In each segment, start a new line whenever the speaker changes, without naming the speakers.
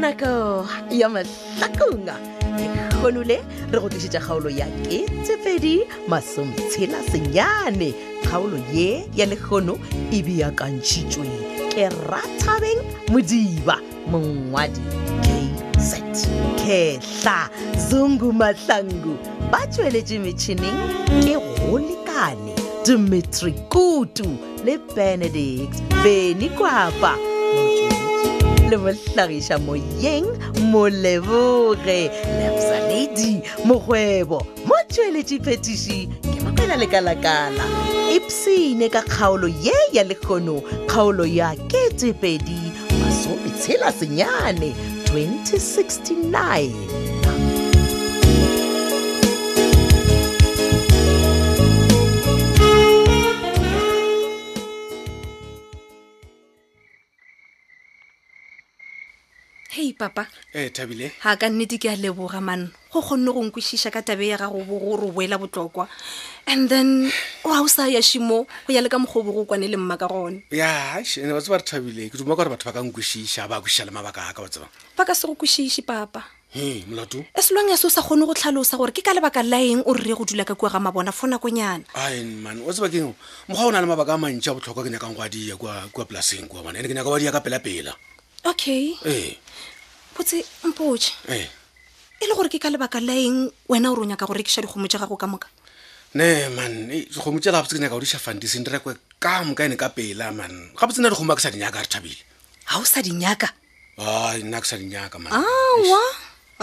nako ya mahlakong e kgonole re go tlišitša kgaolo ya ketsefedi masometshela senyane kgaolo ye ya lekgono e beakantšhitšwe ke rathabeng modiba mongwadi kz kehla zungu mahlangu ba tšweletše metšhineng ke go lekane dimitri kutu le benedict beny kwapa motšweletši le mohlagiša moyeng moleboge lebsaledi mokgwebo mo tšweletše phetiši ke makwela lekalakala ipsene ka kgaolo ye ya lekgono kgaolo ya ketepedi masometshela senyane 2069
hei papa
e thabile
ga ka nnete ke a leboga man go kgonne go nkwešiša ka tabe ya gago bo gore o boela botlokwa and then o ga o sa ya šimo go ya le ka mokgobo go kwane le mma ka gone
ya eish, ene wa tseba re thabile ke duma ka gore batho ba ka nkwešiša ba kwešiša le mabaka a ka wa tseba
fa ka se go kwešiše papa
e molato
e selwang ya se o sa kgone go tlhalosa gore ke ka lebaka la eng o rre go dula ka kua ga mabona fo nakonyana
aen man wa tseba keng mokgwa o na le mabaka a mantšhi a botlhokwa ke nyakang go a dia kua kua polaseng kua bone ene ke nyaka go a dia ka Eh, pelapela
okay
ee
botse mpotše
ee
e le gore ke ka lebaka la eng wena o re o nyaka go rekiša dikgomo tša gago ka moka
ne man ei, dikgomo tsela gabotse ke nyaka go diša fandiseng di rekwe ka moka ene ka pela man gabotse nna dikgomo a ke sa di nyaka a re thabile
ga o sa di nyaka
a nna ke sa di nyaka man
awa a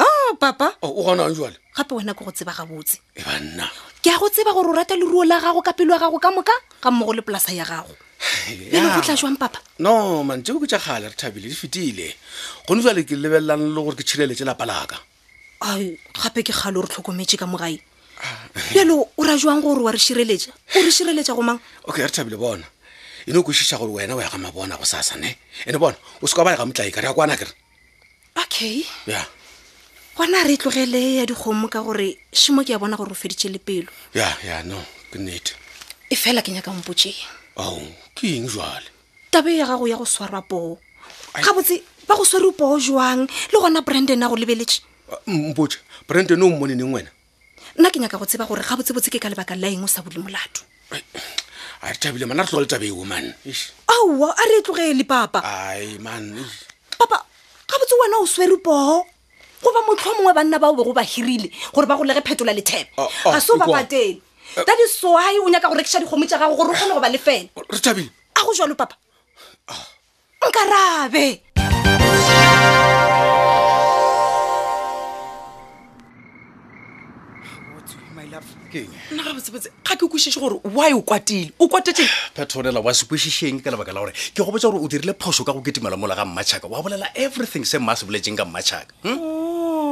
Ah, papa
o o gonang jale
gape wena ke go tseba gabotse
e banna
ke a go tseba gore o rata leruo la gago ka pelo ya gago ka moka ga mmogo le polasa ya gago le
Ya.
le tla jwang papa
no man tseo ke tša kgale re thabile di fetile gone jale ke lebelelang le gore ke tšhireletse lapa laka
ai gape ke kgale o re tlhokometse ka mogae jalo o ra jwang gore wa re šireletša o re šireletša go mang
okay re thabile bona e ne o kwešiša gore wena o ya ga mabona go sasane ande bona o se ka ba ya ga motlaika re ya kwana kere
okay
ya
gona re e tlogele ya dikgomo ka gore šimo ke a bona gore o feditše le pelo
ya ya no ke nnete
e fela ke nyaka mpotšeng
ao ke eng jale
tabe ya gago ya go swarwa poo
Ai.
gabotse ba go swere poo jwang le gona branden a go lebeletše
mpotse branden o mmoneneng wena
nna ke nyaka go tseba gore gabotsebotse ke ka lebaka la eng o sa bule molato
a re thabile mana re tloga le tabe eo man Eish.
aowa a re e tlogele papa
ai man eish.
papa gabotse wena o swere poo goba motlho mongwe banna bao be go ba hirile gore ba go lege phetola lethepe
Ah, ah,
ga se o ba
ke kwa.
patele that is soae o nyaka go rekiša dikgomo tša gago gore o kgone go ba lefela
re thabile
a go jalo papa nkarabe
ke eng
nna ga botsebotse ga ke kwešiše gore wy o kwatile o kwatetse
phetholela wa sekwešišeng ka lebaka la gore ke go botsa gore o dirile phoso ka go ketimela mola ga mmatšhaka wa bolela everything se mma se boletseng ka mmatšhaka hm?
o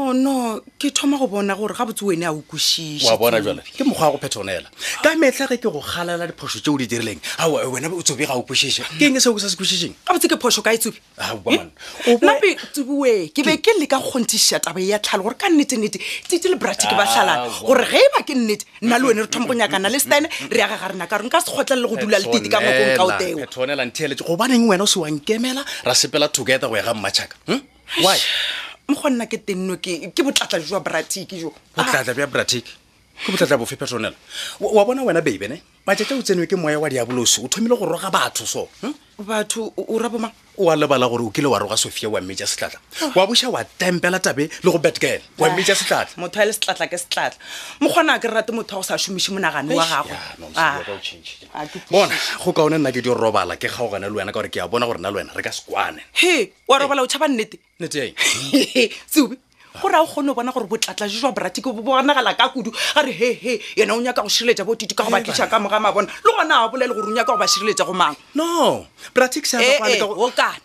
Oh, no ke thoma go bona gore ga botse wene a o
wa bona
kwešiše
jale ke mokgwa wa go phetholela ka metlha ge ke go galela diphoso tseo di dirileng aa wena o tsobe ga o kwešiša ke eng seo ke sa se kwešišeng
ga botse ke phoso ka e tsobe
Ah, wa man. O boe-
nape tsobewe ke be ke leka kgontiša taba e ya tlhalo gore ka nnetennete tite le brate ke ba tlhalana
Ah, wa-
gore ge e ba ke nnete nna le wene re thoma go nyakana le stene re aga ga rena ka gore nka se kgotlhale le go dula le tite ka ngwakong ka o teo
Phetholela, ntheeletše. gobaneng wena o se wa nkemela ra sepela together go ya ga mmatšhaka hm? why
mokgwa nna ke tenno ke ke botlatla jwa bratiki jo Ah,
botlatla bja bratic ke botlatla bofe petonela wa bona wena babene matšatša o tsenwe ke moya wa diabolosi o thomile go roga batho so hm?
batho o- o rabomang
o a lebala gore o kile wa roga sophia wa mmetša setlatla wa boša wa tempela tabe le go betgale wa mmetša setlatla
motho a le setlatla ke setlatla mokgwana a ke rate motho a o sa šomiše monagano wa gagwe
Ya, no, mosadi
Ah.
wa ka o tšhentšhitše.
Ah, ke
bona go kaone nna ke di robala ke kgaogana le wena ka gore ke a bona gore nna le wena re ka se kwane
he wa robala o tšhaba nnete
nnete ya eng?
tsebe gore a o kgone go bona gore botlatla jwa brate ke bo bonagala ka kudu ga re he he yena o nyaka go šireletša bo tite ka go ba tliša ka moga mabona le gona a bolele gore o nyaka go ba šireletša go mang
no bratic
ee o kana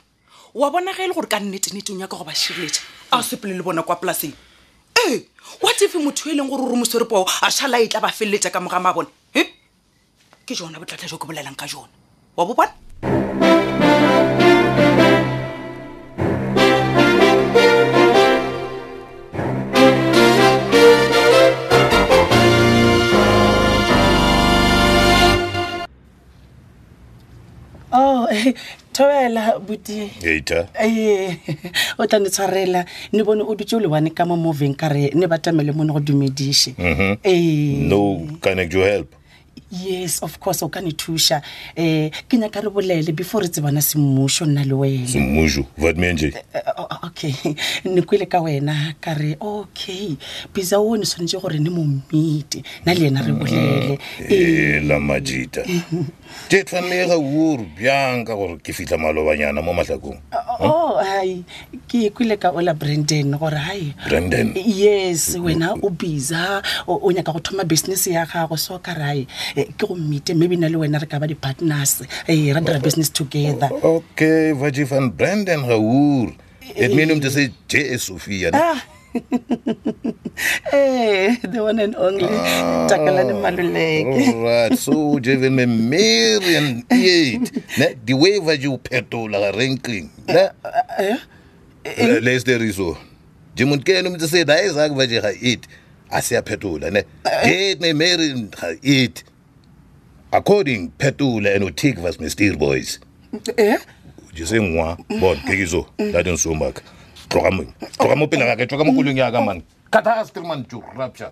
wa bona ge e le gore ka nnetennete o nyaka go ba šireletša a o sepele le bona kwa Eh, polaseng ee wa tefe motho e leng gore o re moswerepoo a šhala e tla ba feleletša ka moga mabona e Eh, ke ke jona botlatla jo ke bolelang ka jona wa bo bona
oh thobela buti
eta
ee o tla ne tshwarela ne bone o dutse o lewane ka mo moveng kare ne ba tamele mone go dumediše
Mhm.
ee
no can I do help
yes of course o ka ne thuša um ke nyaka re bolele before re tsebana semmušo nna le wena
semmujo vat menje
Eh, o- o- okay ne kwele ka wena ka re okay bisa o ne tshwanetse gore ne mo mmete nna le ena re bolele
Eh,
ee
ela majita ke tshwanega uoru bjang ka gore ke fitlha malobanyana mo mahlakong
o hai ke kwile ka ola brandon gore hai
brandon
yes wena o bisa o o nyaka go thoma business ya gago so ka rae eh, ke go mmete maybe nna le wena re ka ba di-partners eh, ra dira business together
okay vaji van brandon ga uru it mean him to say j sophia ne?
Ah. Eh, the one and only
Ah.
takalane maluleke
Alright, so Jevin me Marian eight. Ne the way that you petola ga ranking. Ne? Eh? Let's there is so. Jimunkene umuntu say da izak vaje ga eight. Asiya petola ne. Eight ne Marian ga eight. According petola and uthik vas Mr. Boys.
Eh?
Je say ngwa bon kekizo. That in so mark. Programme. Programme pele ga ke tsoka mo kulung ya ka man. Kata stream ju rapture.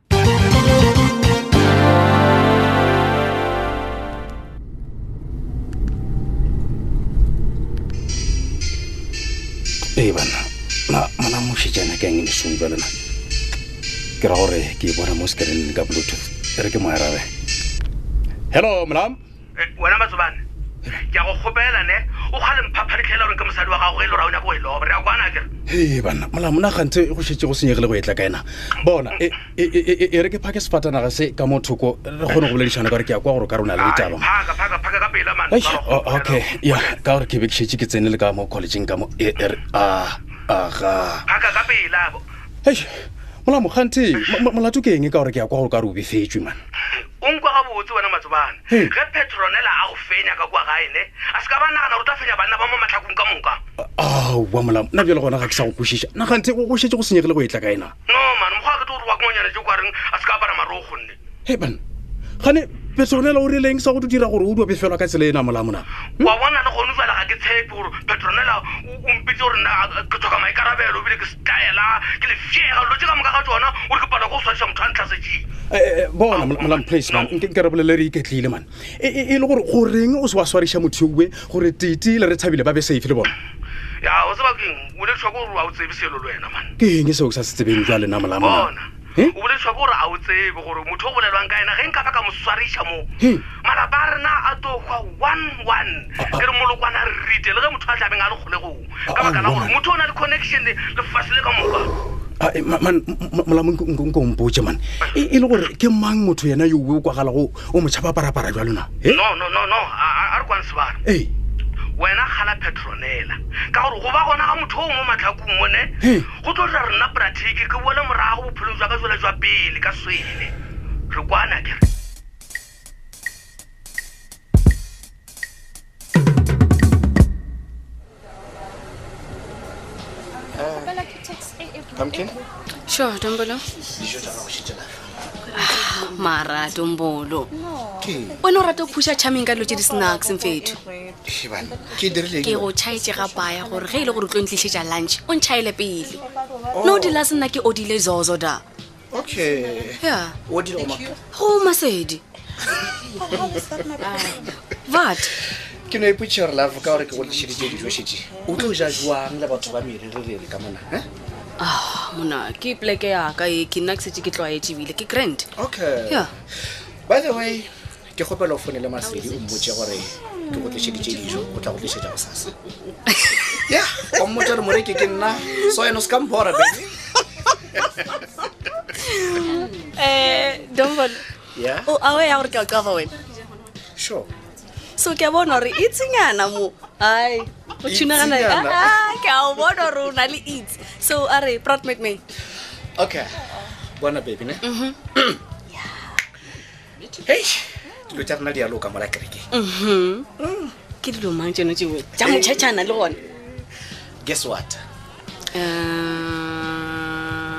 eh.
ee banna mona mošetšana ke yang lesong jwa lena ke ra gore ke e bona mo screeneng ka bluetooth e re ke moerabe hello mnam
wena matsobane ke a go kgopela ne o kgale mphapharetlhela gore ke mosadi wa gago e le raona ko e loba re a kwana kere
ee banna mola mona gantse go šetse go senyegile go etla ka ena bona e- e- e e- e re ke phake sefatanaga se ka mo thoko re kgone go boledišana ka gore ke ya kwa gore o ka re o na le ditaba
phaka phaka phaka ka pela mane
Eish, o- okay ya ka gore ke be ke šetse ke tsene le ka mo collegeng ka mo e- e re- a aga
phaka ka pela bo
Eish, mola mokgante mo- mo- molato ke eng ka gore ke ya kwa gore o ka re o befetswe man
o nkwa ga botse wena matsobane
Hey.
ge petronela a go fenya ka kwa gae ne a se ka ba nagana gore o tla fenya banna ba mo matlhakong ka moka
aowa molamo nna bjale gona ga ke sa go kwešiša nna gantse go šetse go senyegile go etla ka ena
no mane mokgwa ke tlo gore wa ke monyana tse kwa reng a se ka apara marogonne
he banna gane petronela o rileng sa go dira gore o dua befelwa ka tsela ena molamona
wa bona le gone fela ga ke tshepe gore petronela o o mpitse gore nna a- ke tlhoka maikarabelo ebile ke setaela ke lefiega lo tse ka moka ga tsona gore ke palwa ke go swadisa motho a ntlhasetseng
Eh, bona molam place man nke ke re bolele re iketlile man E- e e le gore goreng o se wa swariša motho owe gore tete le re thabile ba be safe le bona
ya o tseba keng o letshwa ke gore a o tsebe selo le wena man
ke eng seo ke sa se tsebeng jwa lena molamona
bona o boletswa ke gore a o tsebe gore motho o bolelwang ka ena ge nka ba ka mo swariša moo
He. Ah,
malapa a rena a tokgwa one one ke re molokwana a rrite le ge motho a tlabeng a le kgolegong ka
A- a
baka la
Ah, bona.
gore motho o na le connection lefase le ka moka
Ah, eh, ma- man molamo nko ompotse man e e le gore ke mang motho yena yowe o kwagala go o motšhaba parapara jwa lona Eh?
no no no no a a- a re kwane sebana
ee
wena gala petronela ka gore go ba gona ga motho o mo matlhakong mone
He.
go tlo tla re nna pratiki ke boele morago bophelong jwa ka jwela jwa pele ka swele re kwana kere
sure dombolo mara dombolo wena o rata o phuša charming ka dilo tse di snacks mfetho
ke dirile
ke go tšhaetse ga baya gore ge e le gore o tlo ntlišetša lunch o ntšhaele pele
Oh.
no dila se nna ke odile zozo da
okay
ya
o dilo ma
go masedi Ah, vat
ke no epotse gore lafo ka gore ke go lešheditse dijošhee o tlo ja jwang le batho ba merererele ka mona
Ah, mona ke pleke yaka e ke nna ke setse ke tlwaetse ebile ke grand
okay
ya
by the way ke kgopela o fone le masedi o mmotse gore ke go tlišeditse dijo o tla go tlišetša go sasa ya o mmotse gore moreke ke nna so eno se ka mphora baby
um dombolo
Yeah.
o awe ya gore ke a kaba wena
sure
so ke a bona gore itsenyana mo ai o thunagana
Itsenyana.
ke a o bona gore o na le itse so a re proud mcman Mm-hmm.
okay bona baby ne hei dilo tsa rena di yalo ka mola kerekeng
ke dilo mang tseno tsewe ja motšhatšhana le gone
guess what
Uh,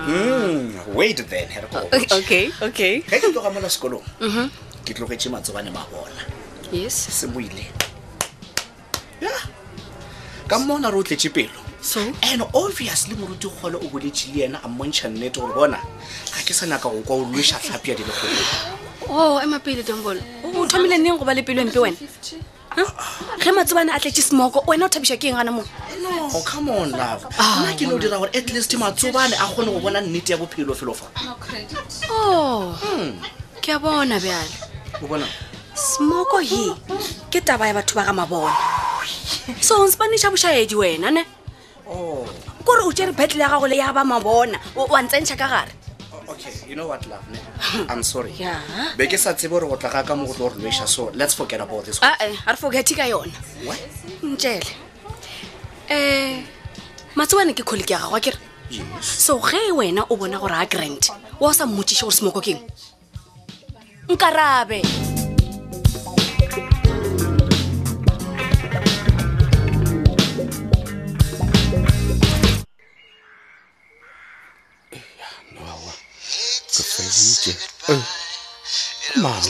Ah,
mm, wait then ha re ko botše.
okay okay Mm-hmm.
ge ke tloga mola sekolong ke tlogetse matsobane mabona
yes
se boile ya ka mona re o tletse pelo
So?
and obviously moruti kgole o boletse le ena a mmontšha nnete gore bona ga ke sa nyaka go kwa o lwesa tlhapi ya dilegolo
o emapele tombolo o thomile neng go ba le pelo empe wena Ha? ge matsobane a tletse smoko wena o thabiša ke eng gana mo
no Oh, come on love nna ke no dira gore at least matsobane a kgone go bona nnete ya bophelo felofa
o ke a bona bjale
o bona
smoko ye ke taba ya batho ba ga mabona so o nsepaniša bošaedi wena ne
oh
kore o tere battle ya gago le ya ba mabona o wa ntsentšha ka gare
okay you know what love ne i'm sorry
Yeah.
be ke sa tsebe gore go tla ga ka mo go tlo go re lwesa so let's forget about this one.
ae a re forgete ka yona
What?
ntšele um matsobane ke colleague ya gago a kere
Yes.
so ge wena o bona gore a grant wa o sa mmotšiše gore semoko keng nkarabe
feditše Eh, ke mang